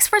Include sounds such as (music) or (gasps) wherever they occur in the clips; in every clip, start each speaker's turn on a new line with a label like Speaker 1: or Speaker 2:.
Speaker 1: for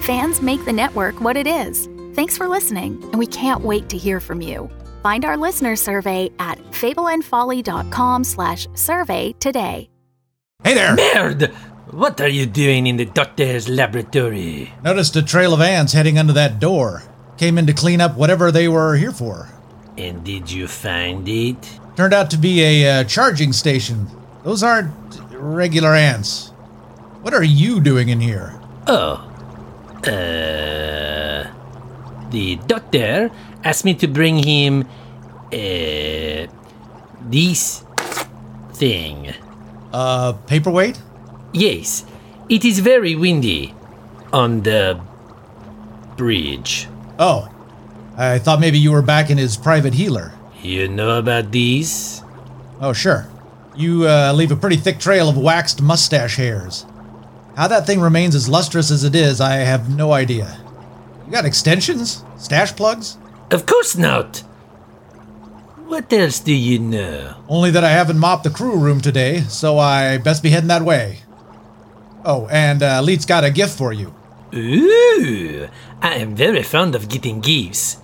Speaker 1: Fans make the network what it is. Thanks for listening, and we can't wait to hear from you. Find our listener survey at fableandfolly.com/survey today.
Speaker 2: Hey there!
Speaker 3: Merd! What are you doing in the doctor's laboratory?
Speaker 2: Noticed a trail of ants heading under that door. Came in to clean up whatever they were here for.
Speaker 3: And did you find it?
Speaker 2: Turned out to be a uh, charging station. Those aren't regular ants. What are you doing in here?
Speaker 3: Oh, uh, the doctor asked me to bring him uh, this thing.
Speaker 2: Uh, paperweight?
Speaker 3: Yes, it is very windy on the bridge.
Speaker 2: Oh, I thought maybe you were back in his private healer.
Speaker 3: You know about these?
Speaker 2: Oh, sure. You uh, leave a pretty thick trail of waxed mustache hairs. How that thing remains as lustrous as it is, I have no idea. You got extensions? Stash plugs?
Speaker 3: Of course not! What else do you know?
Speaker 2: Only that I haven't mopped the crew room today, so I best be heading that way. Oh, and uh, Leet's got a gift for you.
Speaker 3: Ooh, I am very fond of getting gifts.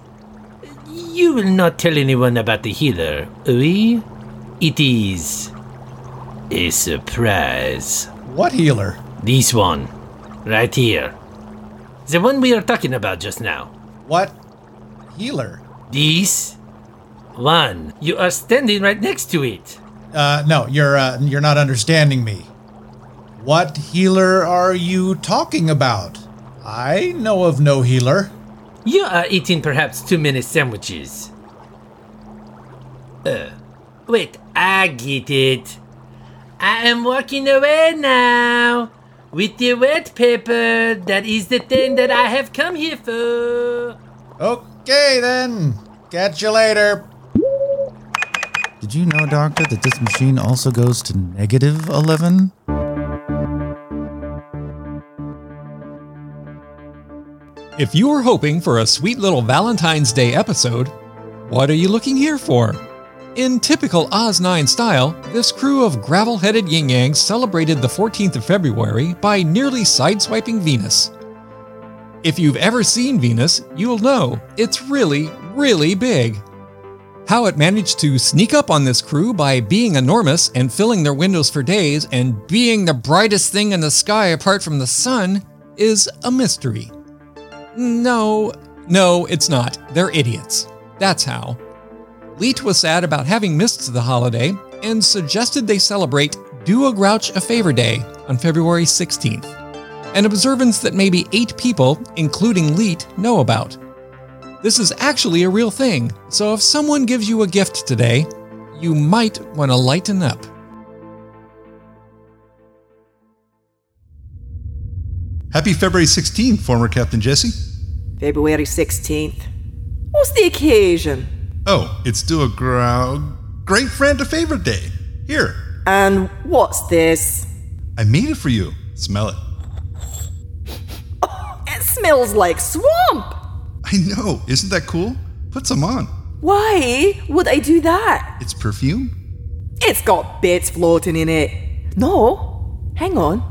Speaker 3: You will not tell anyone about the healer, oui? It is a surprise.
Speaker 2: What healer?
Speaker 3: This one. Right here. The one we are talking about just now.
Speaker 2: What healer?
Speaker 3: This one. You are standing right next to it.
Speaker 2: Uh no, you're uh, you're not understanding me. What healer are you talking about? I know of no healer.
Speaker 3: You are eating perhaps too many sandwiches. Uh wait, I get it. I am walking away now with the wet paper. That is the thing that I have come here for.
Speaker 2: Okay, then. Catch you later.
Speaker 4: Did you know, Doctor, that this machine also goes to negative 11?
Speaker 5: If you were hoping for a sweet little Valentine's Day episode, what are you looking here for? In typical Oz9 style, this crew of gravel headed yin yangs celebrated the 14th of February by nearly sideswiping Venus. If you've ever seen Venus, you'll know it's really, really big. How it managed to sneak up on this crew by being enormous and filling their windows for days and being the brightest thing in the sky apart from the sun is a mystery. No, no, it's not. They're idiots. That's how. Leet was sad about having missed the holiday and suggested they celebrate Do a Grouch a Favor Day on February 16th, an observance that maybe eight people, including Leet, know about. This is actually a real thing, so if someone gives you a gift today, you might want to lighten up.
Speaker 6: Happy February 16th, former Captain Jesse.
Speaker 7: February 16th. What's the occasion?
Speaker 6: Oh, it's do a grow- great friend a favor day. Here,
Speaker 7: And what's this?
Speaker 6: I made it for you. Smell it.
Speaker 7: It smells like swamp!
Speaker 6: I know. Isn't that cool? Put some on.
Speaker 7: Why would I do that?
Speaker 6: It's perfume?
Speaker 7: It's got bits floating in it. No, hang on.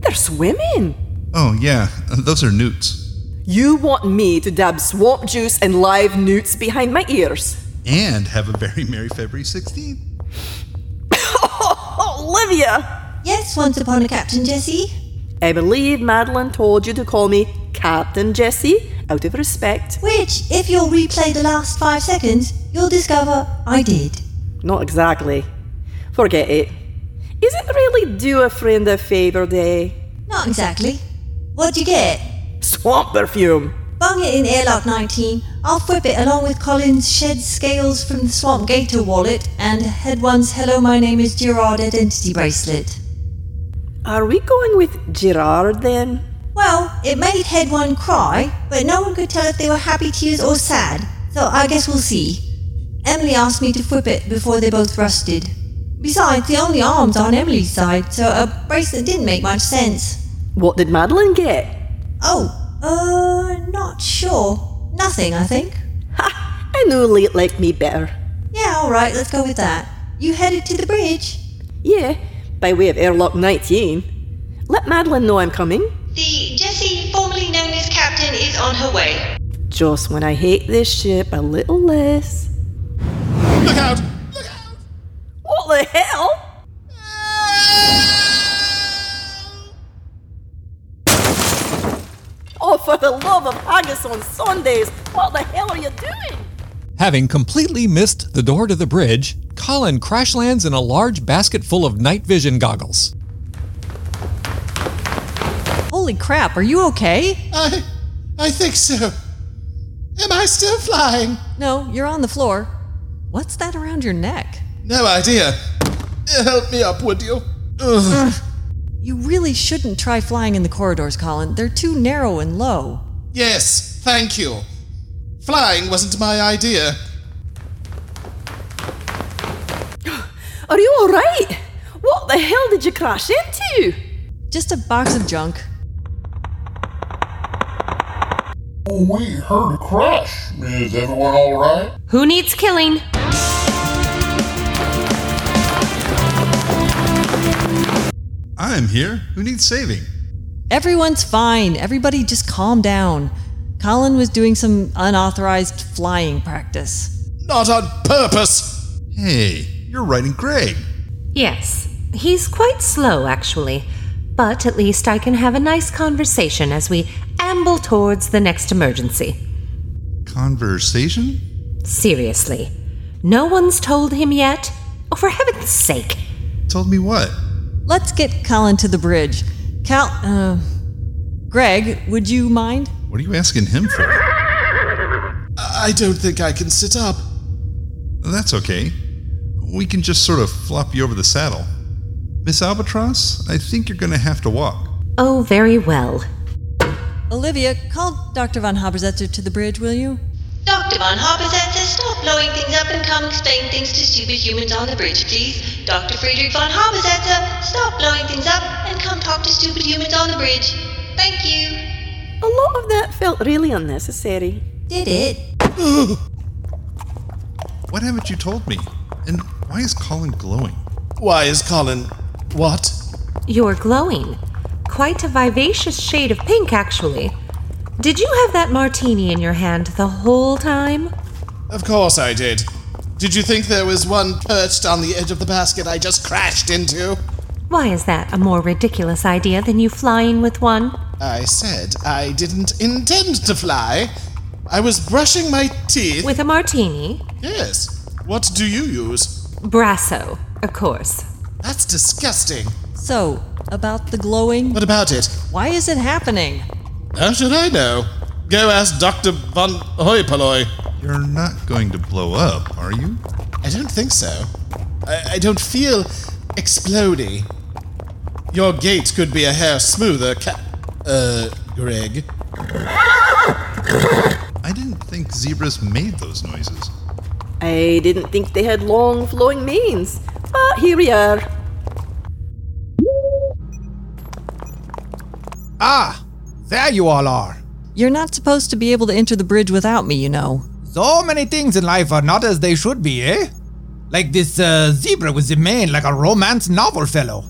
Speaker 7: They're swimming.
Speaker 6: Oh, yeah. Those are newts.
Speaker 7: You want me to dab swamp juice and live newts behind my ears?
Speaker 6: And have a very (laughs) merry February 16th.
Speaker 7: Olivia!
Speaker 8: Yes, once upon a Captain Jesse.
Speaker 7: I believe Madeline told you to call me Captain Jesse out of respect.
Speaker 8: Which, if you'll replay the last five seconds, you'll discover I did.
Speaker 7: Not exactly. Forget it. Is it really do a friend a favor day?
Speaker 8: Not exactly. What'd you get?
Speaker 7: Swamp perfume.
Speaker 8: Bung it in airlock 19. I'll whip it along with Colin's shed scales from the Swamp Gator wallet and head one's Hello, my name is Gerard identity bracelet.
Speaker 7: Are we going with Gerard then?
Speaker 8: Well, it made head one cry, but no one could tell if they were happy tears or sad, so I guess we'll see. Emily asked me to whip it before they both rusted. Besides, the only arm's on Emily's side, so a bracelet didn't make much sense.
Speaker 7: What did Madeline get?
Speaker 8: Oh, uh, not sure. Nothing, I think.
Speaker 7: I knew Late liked me better.
Speaker 8: Yeah, alright, let's go with that. You headed to the bridge?
Speaker 7: Yeah, by way of airlock 19. Let Madeline know I'm coming.
Speaker 8: The Jessie, formerly known as Captain, is on her way.
Speaker 7: Just when I hate this ship a little less.
Speaker 6: Look out!
Speaker 7: What the hell? Oh, for the love of haggis on Sundays, what the hell are you doing?
Speaker 5: Having completely missed the door to the bridge, Colin crash lands in a large basket full of night vision goggles.
Speaker 9: Holy crap, are you okay?
Speaker 10: I, I think so. Am I still flying?
Speaker 9: No, you're on the floor. What's that around your neck?
Speaker 10: No idea. Help me up, would you? Ugh.
Speaker 9: You really shouldn't try flying in the corridors, Colin. They're too narrow and low.
Speaker 10: Yes, thank you. Flying wasn't my idea.
Speaker 7: Are you alright? What the hell did you crash into?
Speaker 9: Just a box of junk.
Speaker 11: We heard a crash. Is everyone all right?
Speaker 12: Who needs killing?
Speaker 6: I'm here. Who needs saving?
Speaker 9: Everyone's fine. Everybody just calm down. Colin was doing some unauthorized flying practice.
Speaker 10: Not on purpose!
Speaker 6: Hey, you're writing Greg.
Speaker 12: Yes, he's quite slow, actually. But at least I can have a nice conversation as we amble towards the next emergency.
Speaker 6: Conversation?
Speaker 12: Seriously. No one's told him yet? Oh, for heaven's sake.
Speaker 6: Told me what?
Speaker 9: Let's get Colin to the bridge. Cal. Uh, Greg, would you mind?
Speaker 6: What are you asking him for?
Speaker 10: I don't think I can sit up.
Speaker 6: That's okay. We can just sort of flop you over the saddle. Miss Albatross, I think you're going to have to walk.
Speaker 12: Oh, very well.
Speaker 9: Olivia, call Dr. Von Habersetzer to the bridge, will you?
Speaker 8: Dr. Von Habersetzer, stop blowing things up and come explain things to stupid humans on the bridge, please. Dr. Friedrich Von Habersetzer, stop blowing things up and come talk to stupid humans on the bridge. Thank you.
Speaker 7: A lot of that felt really unnecessary.
Speaker 8: Did it?
Speaker 6: What haven't you told me? And why is Colin glowing?
Speaker 10: Why is Colin. What?
Speaker 12: You're glowing. Quite a vivacious shade of pink, actually. Did you have that martini in your hand the whole time?
Speaker 10: Of course I did. Did you think there was one perched on the edge of the basket I just crashed into?
Speaker 12: Why is that a more ridiculous idea than you flying with one?
Speaker 10: I said I didn't intend to fly. I was brushing my teeth.
Speaker 12: With a martini?
Speaker 10: Yes. What do you use?
Speaker 12: Brasso, of course.
Speaker 10: That's disgusting.
Speaker 9: So, about the glowing. What
Speaker 10: about it?
Speaker 9: Why is it happening?
Speaker 10: How should I know? Go ask Dr. Von Hoipaloy.
Speaker 6: You're not going to blow up, are you?
Speaker 10: I don't think so. I, I don't feel explodey. Your gait could be a hair smoother, Cap. Uh, Greg.
Speaker 6: I didn't think zebras made those noises.
Speaker 13: (gasps) I didn't think they had long flowing manes, but here we are.
Speaker 14: Ah, there you all are.
Speaker 9: You're not supposed to be able to enter the bridge without me, you know.
Speaker 14: So many things in life are not as they should be, eh? Like this uh, zebra with the mane, like a romance novel fellow.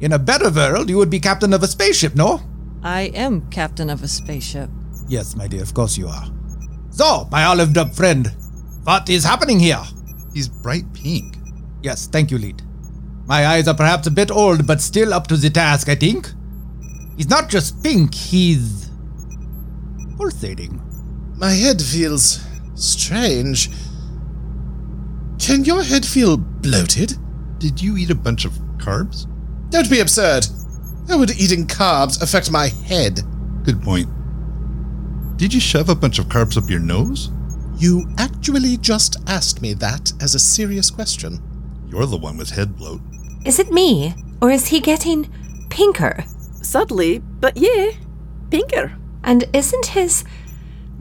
Speaker 14: In a better world, you would be captain of a spaceship, no?
Speaker 9: I am captain of a spaceship.
Speaker 14: Yes, my dear, of course you are. So, my olive up friend, what is happening here?
Speaker 6: He's bright pink.
Speaker 14: Yes, thank you, Lead. My eyes are perhaps a bit old, but still up to the task, I think. He's not just pink, he's. pulsating.
Speaker 10: My head feels strange. Can your head feel bloated?
Speaker 6: Did you eat a bunch of carbs?
Speaker 10: Don't be absurd. How would eating carbs affect my head?
Speaker 6: Good point. Did you shove a bunch of carbs up your nose?
Speaker 10: You actually just asked me that as a serious question.
Speaker 6: You're the one with head bloat.
Speaker 12: Is it me, or is he getting pinker?
Speaker 13: Subtly, but yeah, pinker.
Speaker 12: And isn't his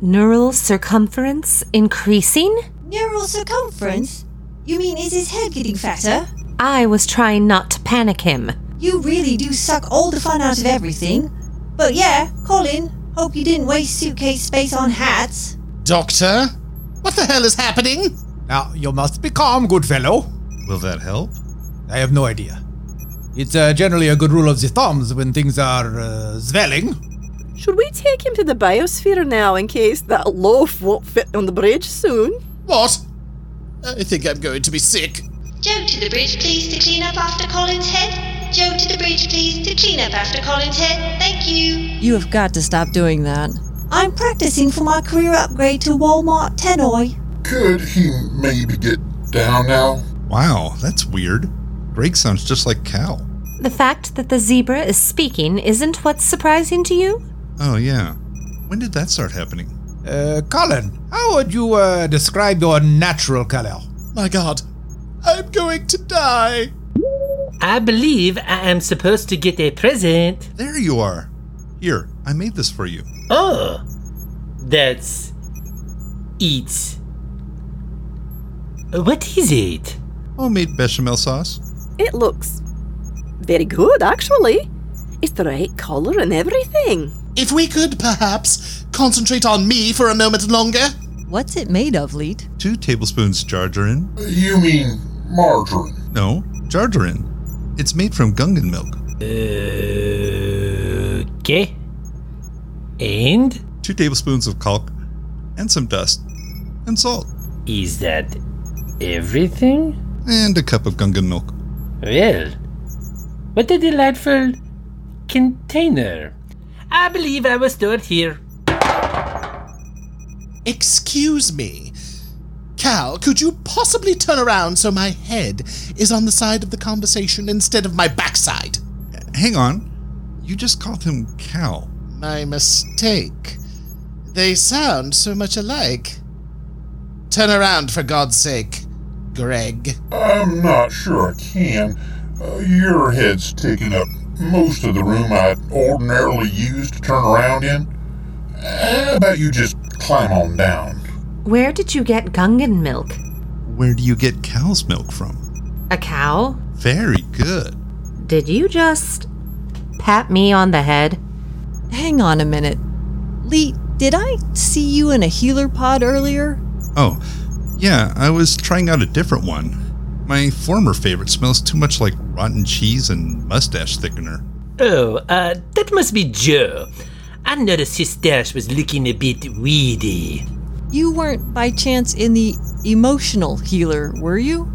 Speaker 12: neural circumference increasing?
Speaker 8: Neural circumference? You mean is his head getting fatter?
Speaker 12: I was trying not to panic him.
Speaker 8: You really do suck all the fun out of everything. But yeah, Colin, hope you didn't waste suitcase space on hats.
Speaker 10: Doctor? What the hell is happening?
Speaker 14: Now, you must be calm, good fellow.
Speaker 6: Will that help?
Speaker 14: I have no idea. It's uh, generally a good rule of the thumbs when things are uh, swelling.
Speaker 13: Should we take him to the biosphere now in case that loaf won't fit on the bridge soon?
Speaker 10: What? I think I'm going to be sick.
Speaker 15: Joe to the bridge, please, to clean up after Colin's head. Joe to the bridge, please, to clean up after Colin's head. Thank you.
Speaker 9: You have got to stop doing that.
Speaker 8: I'm practicing for my career upgrade to Walmart Tenoi.
Speaker 11: Could he maybe get down now?
Speaker 6: Wow, that's weird. Greg sounds just like Cal.
Speaker 12: The fact that the zebra is speaking isn't what's surprising to you?
Speaker 6: Oh, yeah. When did that start happening?
Speaker 14: Uh, Colin, how would you uh, describe your natural color?
Speaker 10: My god, I'm going to die!
Speaker 3: I
Speaker 15: believe I am supposed to get a present.
Speaker 6: There you are. Here, I made this for you.
Speaker 15: Oh, that's it. Uh, What is it?
Speaker 6: Homemade bechamel sauce.
Speaker 13: It looks very good, actually. It's the right color and everything.
Speaker 10: If we could perhaps concentrate on me for a moment longer.
Speaker 9: What's it made of, Leet?
Speaker 6: Two tablespoons jarjarin.
Speaker 11: You mean margarine?
Speaker 6: No, jarjarin. It's made from Gungan milk.
Speaker 15: Okay. And?
Speaker 6: Two tablespoons of kalk and some dust and salt.
Speaker 15: Is that everything?
Speaker 6: And a cup of Gungan milk.
Speaker 15: Well, what a delightful container. I believe I was stored here.
Speaker 10: Excuse me. Cal, could you possibly turn around so my head is on the side of the conversation instead of my backside?
Speaker 6: Hang on. You just called him Cal.
Speaker 10: My mistake. They sound so much alike. Turn around, for God's sake, Greg.
Speaker 11: I'm not sure I can. Uh, your head's taking up most of the room I ordinarily use to turn around in. How about you just climb on down.
Speaker 12: Where did you get Gungan milk?
Speaker 6: Where do you get cow's milk from?
Speaker 12: A cow?
Speaker 6: Very good.
Speaker 12: Did you just pat me on the head?
Speaker 9: Hang on a minute. Lee, did I see you in a healer pod earlier?
Speaker 6: Oh, yeah, I was trying out a different one. My former favorite smells too much like rotten cheese and mustache thickener.
Speaker 15: Oh, uh, that must be Joe. I noticed his stash was looking a bit weedy.
Speaker 9: You weren't by chance in the emotional healer, were you?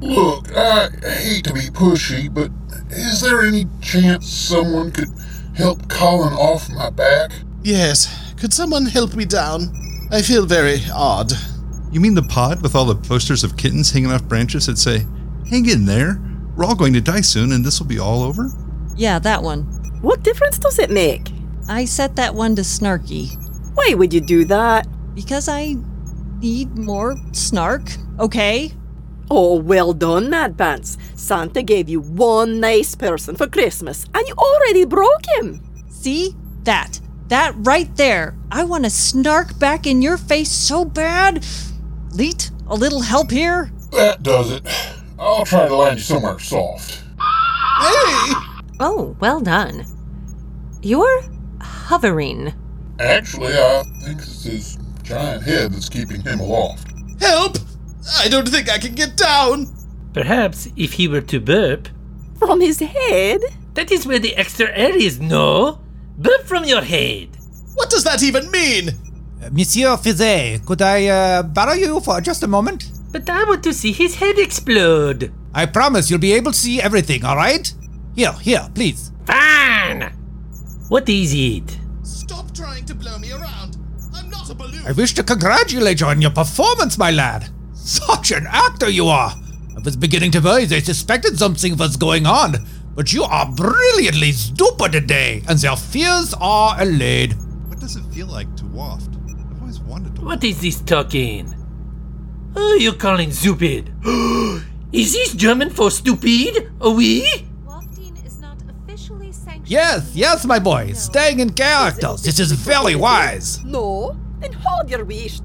Speaker 11: Look, I hate to be pushy, but is there any chance someone could help Colin off my back?
Speaker 10: Yes, could someone help me down? I feel very odd.
Speaker 6: You mean the pod with all the posters of kittens hanging off branches that say, Hang in there, we're all going to die soon and this will be all over?
Speaker 9: Yeah, that one.
Speaker 13: What difference does it make?
Speaker 9: I set that one to snarky.
Speaker 13: Why would you do that?
Speaker 9: Because I need more snark, okay?
Speaker 13: Oh, well done, Mad Pants. Santa gave you one nice person for Christmas, and you already broke him.
Speaker 9: See? That. That right there. I want to snark back in your face so bad. Leet, a little help here?
Speaker 11: That does it. I'll try to land you somewhere soft. Hey!
Speaker 10: Ah!
Speaker 12: Oh, well done. You're hovering.
Speaker 11: Actually, I think it's his giant head that's keeping him aloft.
Speaker 10: Help! I don't think I can get down.
Speaker 3: Perhaps if he were to burp.
Speaker 13: From his head?
Speaker 3: That is where the extra air is, no? Burp from your head.
Speaker 10: What does that even mean?
Speaker 14: Monsieur Fizet, could I uh, borrow you for just a moment?
Speaker 3: But I want to see his head explode.
Speaker 14: I promise you'll be able to see everything, all right? Here, here, please.
Speaker 3: Fine! What is it?
Speaker 10: Stop trying to blow me around. I'm not a balloon.
Speaker 14: I wish to congratulate you on your performance, my lad. Such an actor you are! I was beginning to worry they suspected something was going on, but you are brilliantly stupid today, and their fears are allayed.
Speaker 6: What does it feel like to waft? I've always wanted to.
Speaker 3: What is this talking? Oh, you're calling stupid. (gasps) is this German for stupid? Are we?
Speaker 12: Wafting is not officially sanctioned.
Speaker 14: Yes, yes, my boy, staying in character. This is very wise.
Speaker 13: No? Then hold your wished.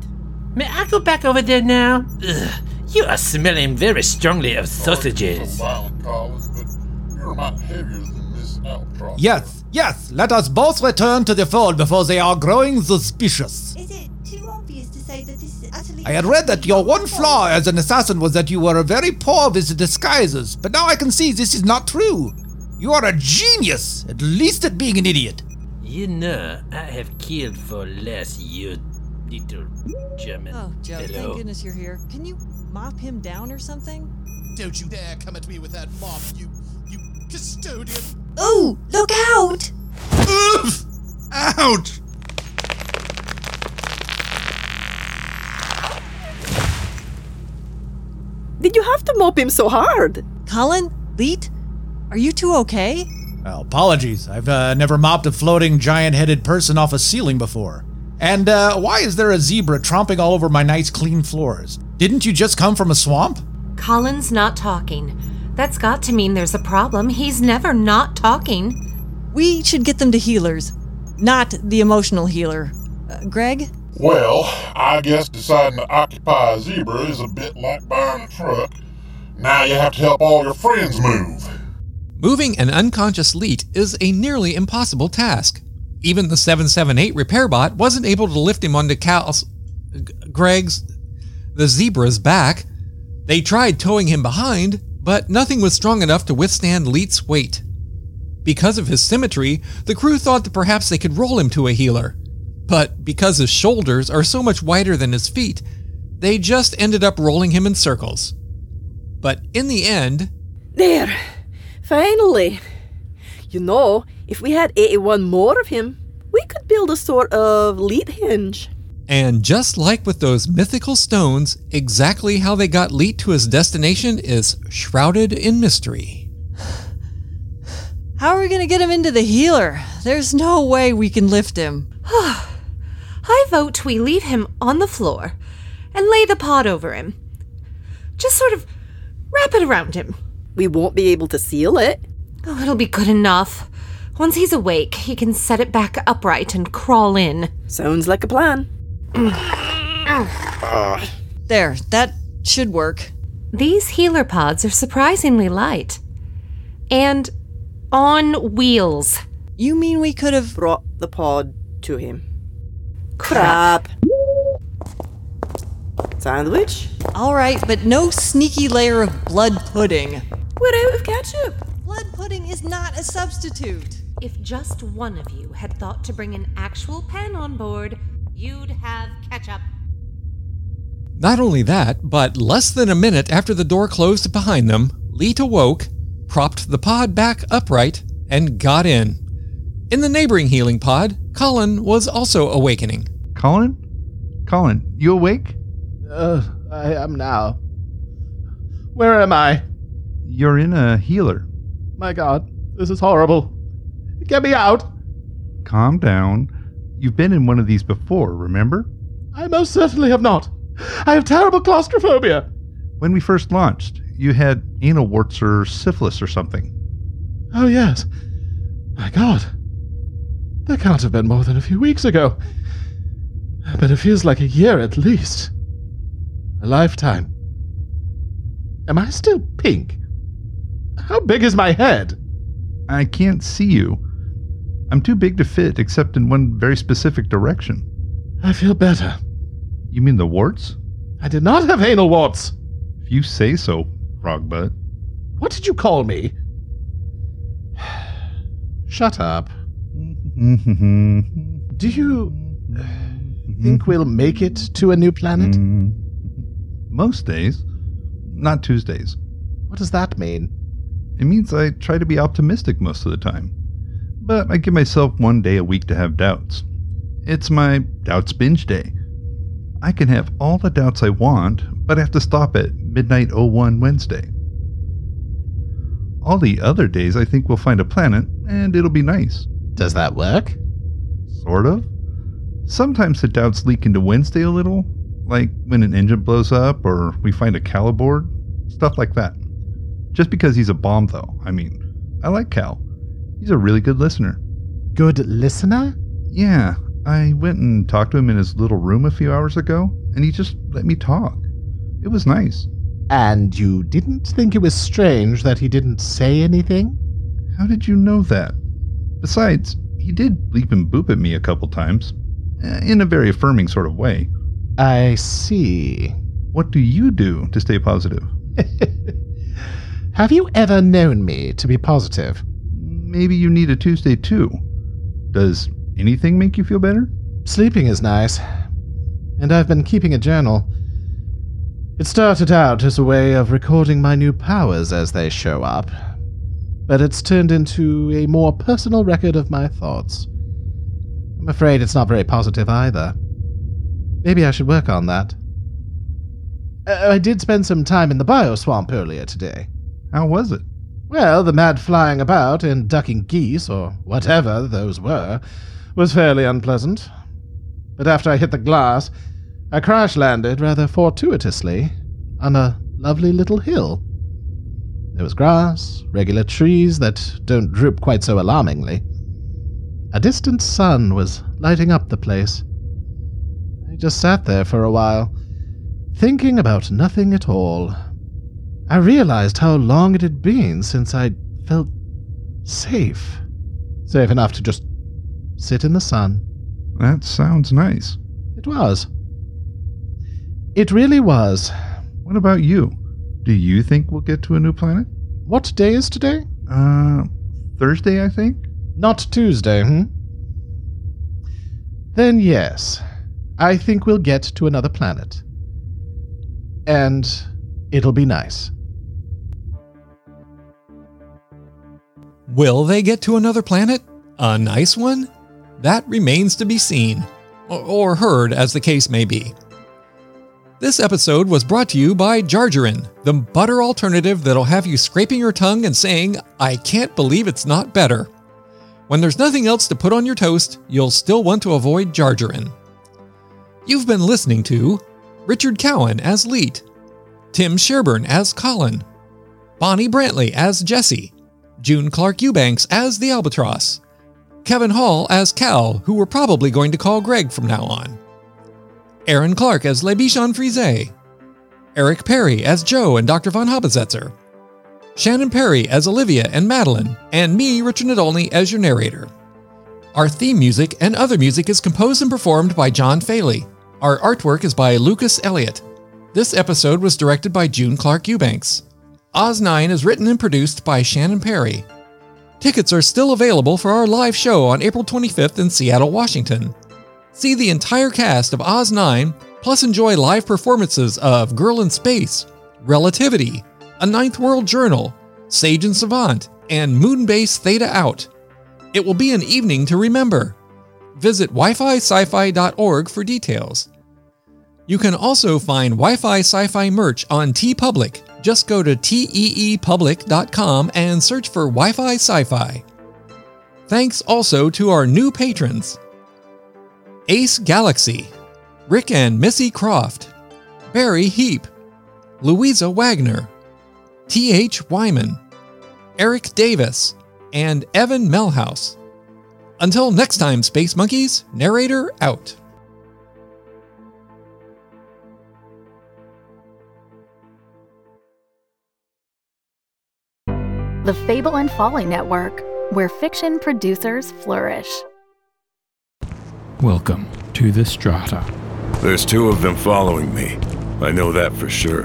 Speaker 3: May I go back over there now? Ugh, you are smelling very strongly of sausages.
Speaker 11: Violent Collins, but you're not heavier than Miss Albatross.
Speaker 14: Yes, yes, let us both return to the fold before they are growing suspicious.
Speaker 8: Is it too obvious to say that this is utterly.
Speaker 14: I had read that your one flaw as an assassin was that you were very poor with disguises, but now I can see this is not true. You are a genius, at least at being an idiot.
Speaker 3: You know, I have killed for less, you little German
Speaker 9: Oh, Joe, thank
Speaker 3: fellow.
Speaker 9: goodness you're here. Can you mop him down or something?
Speaker 10: Don't you dare come at me with that mop, you you custodian.
Speaker 8: Ooh, look out!
Speaker 6: Oof! Ouch!
Speaker 13: Did you have to mop him so hard?
Speaker 9: Colin, Leet, are you two okay?
Speaker 2: Oh, apologies. I've uh, never mopped a floating, giant headed person off a ceiling before. And uh, why is there a zebra tromping all over my nice, clean floors? Didn't you just come from a swamp?
Speaker 12: Colin's not talking. That's got to mean there's a problem. He's never not talking.
Speaker 9: We should get them to healers, not the emotional healer. Uh, Greg?
Speaker 11: Well, I guess deciding to occupy a zebra is a bit like buying a truck. Now you have to help all your friends move.
Speaker 5: Moving an unconscious Leet is a nearly impossible task. Even the 778 repair bot wasn't able to lift him onto Cal's, G- Greg's, the zebra's back. They tried towing him behind, but nothing was strong enough to withstand Leet's weight. Because of his symmetry, the crew thought that perhaps they could roll him to a healer. But because his shoulders are so much wider than his feet, they just ended up rolling him in circles. But in the end,
Speaker 13: There. Finally. You know, if we had 81 more of him, we could build a sort of lead hinge.
Speaker 5: And just like with those mythical stones, exactly how they got Leet to his destination is shrouded in mystery.
Speaker 9: How are we going to get him into the healer? There's no way we can lift him.
Speaker 12: (sighs) I vote we leave him on the floor and lay the pod over him. Just sort of wrap it around him.
Speaker 13: We won't be able to seal it.
Speaker 12: Oh, it'll be good enough. Once he's awake, he can set it back upright and crawl in.
Speaker 13: Sounds like a plan.
Speaker 9: There, that should work.
Speaker 12: These healer pods are surprisingly light. And on wheels.
Speaker 9: You mean we could have
Speaker 13: brought the pod to him?
Speaker 12: Crap.
Speaker 13: Sandwich?
Speaker 9: All right, but no sneaky layer of blood pudding.
Speaker 13: We're out of ketchup.
Speaker 9: Blood pudding is not a substitute.
Speaker 12: If just one of you had thought to bring an actual pen on board, you'd have ketchup.
Speaker 5: Not only that, but less than a minute after the door closed behind them, Leet awoke, propped the pod back upright, and got in. In the neighboring healing pod, Colin was also awakening.
Speaker 4: Colin? Colin, you awake?
Speaker 10: Uh, I am now. Where am I?
Speaker 4: You're in a healer.
Speaker 10: My God, this is horrible. Get me out.
Speaker 4: Calm down.
Speaker 6: You've been in one of these before, remember?
Speaker 10: I most certainly have not. I have terrible claustrophobia.
Speaker 6: When we first launched, you had anal warts or syphilis or something.
Speaker 10: Oh, yes. My God. That can't have been more than a few weeks ago. But it feels like a year at least. A lifetime. Am I still pink? How big is my head?
Speaker 6: I can't see you. I'm too big to fit except in one very specific direction.
Speaker 10: I feel better.
Speaker 6: You mean the warts?
Speaker 10: I did not have anal warts.
Speaker 6: If you say so, frog butt.
Speaker 10: What did you call me? Shut up. Do you uh,
Speaker 6: Mm-hmm.
Speaker 10: think we'll make it to a new planet?
Speaker 6: Most days, not Tuesdays.
Speaker 10: What does that mean?
Speaker 6: It means I try to be optimistic most of the time. But I give myself one day a week to have doubts. It's my doubts binge day. I can have all the doubts I want, but I have to stop at midnight 01 Wednesday. All the other days, I think we'll find a planet and it'll be nice.
Speaker 10: Does that work?
Speaker 6: Sort of. Sometimes the doubts leak into Wednesday a little, like when an engine blows up or we find a caliboard, stuff like that. Just because he's a bomb, though. I mean, I like Cal. He's a really good listener.
Speaker 10: Good listener?
Speaker 6: Yeah, I went and talked to him in his little room a few hours ago, and he just let me talk. It was nice.
Speaker 10: And you didn't think it was strange that he didn't say anything?
Speaker 6: How did you know that? Besides, he did bleep and boop at me a couple times, Eh, in a very affirming sort of way.
Speaker 10: I see.
Speaker 6: What do you do to stay positive?
Speaker 10: (laughs) Have you ever known me to be positive?
Speaker 6: Maybe you need a Tuesday too. Does anything make you feel better?
Speaker 10: Sleeping is nice. And I've been keeping a journal. It started out as a way of recording my new powers as they show up, but it's turned into a more personal record of my thoughts. I'm afraid it's not very positive either. Maybe I should work on that. Uh, I did spend some time in the bioswamp earlier today.
Speaker 6: How was it?
Speaker 10: Well, the mad flying about and ducking geese, or whatever those were, was fairly unpleasant. But after I hit the glass, I crash landed rather fortuitously on a lovely little hill. There was grass, regular trees that don't droop quite so alarmingly. A distant sun was lighting up the place. I just sat there for a while, thinking about nothing at all. I realized how long it had been since I felt safe. Safe enough to just sit in the sun.
Speaker 6: That sounds nice.
Speaker 10: It was. It really was.
Speaker 6: What about you? Do you think we'll get to a new planet?
Speaker 10: What day is today?
Speaker 6: Uh, Thursday, I think.
Speaker 10: Not Tuesday, hmm? Then yes, I think we'll get to another planet. And it'll be nice.
Speaker 5: Will they get to another planet? A nice one? That remains to be seen, or- or heard as the case may be. This episode was brought to you by Jarjarin, the butter alternative that'll have you scraping your tongue and saying, I can't believe it's not better. When there's nothing else to put on your toast, you'll still want to avoid Jarjarin. You've been listening to Richard Cowan as Leet, Tim Sherburne as Colin, Bonnie Brantley as Jesse, June Clark Eubanks as the Albatross, Kevin Hall as Cal, who we're probably going to call Greg from now on. Aaron Clark as Lebichon Frise, Eric Perry as Joe and Dr. von Habesetzer, Shannon Perry as Olivia and Madeline, and me, Richard Nadolny, as your narrator. Our theme music and other music is composed and performed by John Faley. Our artwork is by Lucas Elliott. This episode was directed by June Clark Eubanks. Oz9 is written and produced by Shannon Perry. Tickets are still available for our live show on April 25th in Seattle, Washington. See the entire cast of Oz 9, plus enjoy live performances of Girl in Space, Relativity, A Ninth World Journal, Sage and Savant, and Moonbase Theta Out. It will be an evening to remember. Visit wifi-sci-fi.org for details. You can also find Wi-Fi Sci-Fi merch on TeePublic. Just go to E teepublic.com and search for Wi-Fi Sci-Fi. Thanks also to our new patrons. Ace Galaxy, Rick and Missy Croft, Barry Heap, Louisa Wagner, T.H. Wyman, Eric Davis, and Evan Melhouse. Until next time, Space Monkeys, narrator out.
Speaker 1: The Fable and Folly Network, where fiction producers flourish.
Speaker 16: Welcome to the Strata.
Speaker 17: There's two of them following me. I know that for sure.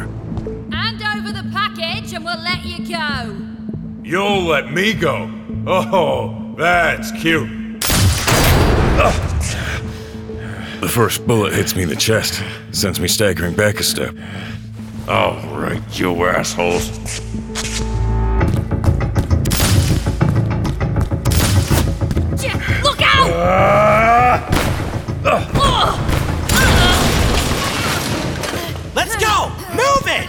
Speaker 18: Hand over the package and we'll let you go.
Speaker 17: You'll let me go. Oh, that's cute. The first bullet hits me in the chest, sends me staggering back a step. All right, you assholes.
Speaker 18: J- Look out! Ugh.
Speaker 16: Let's go! Move it!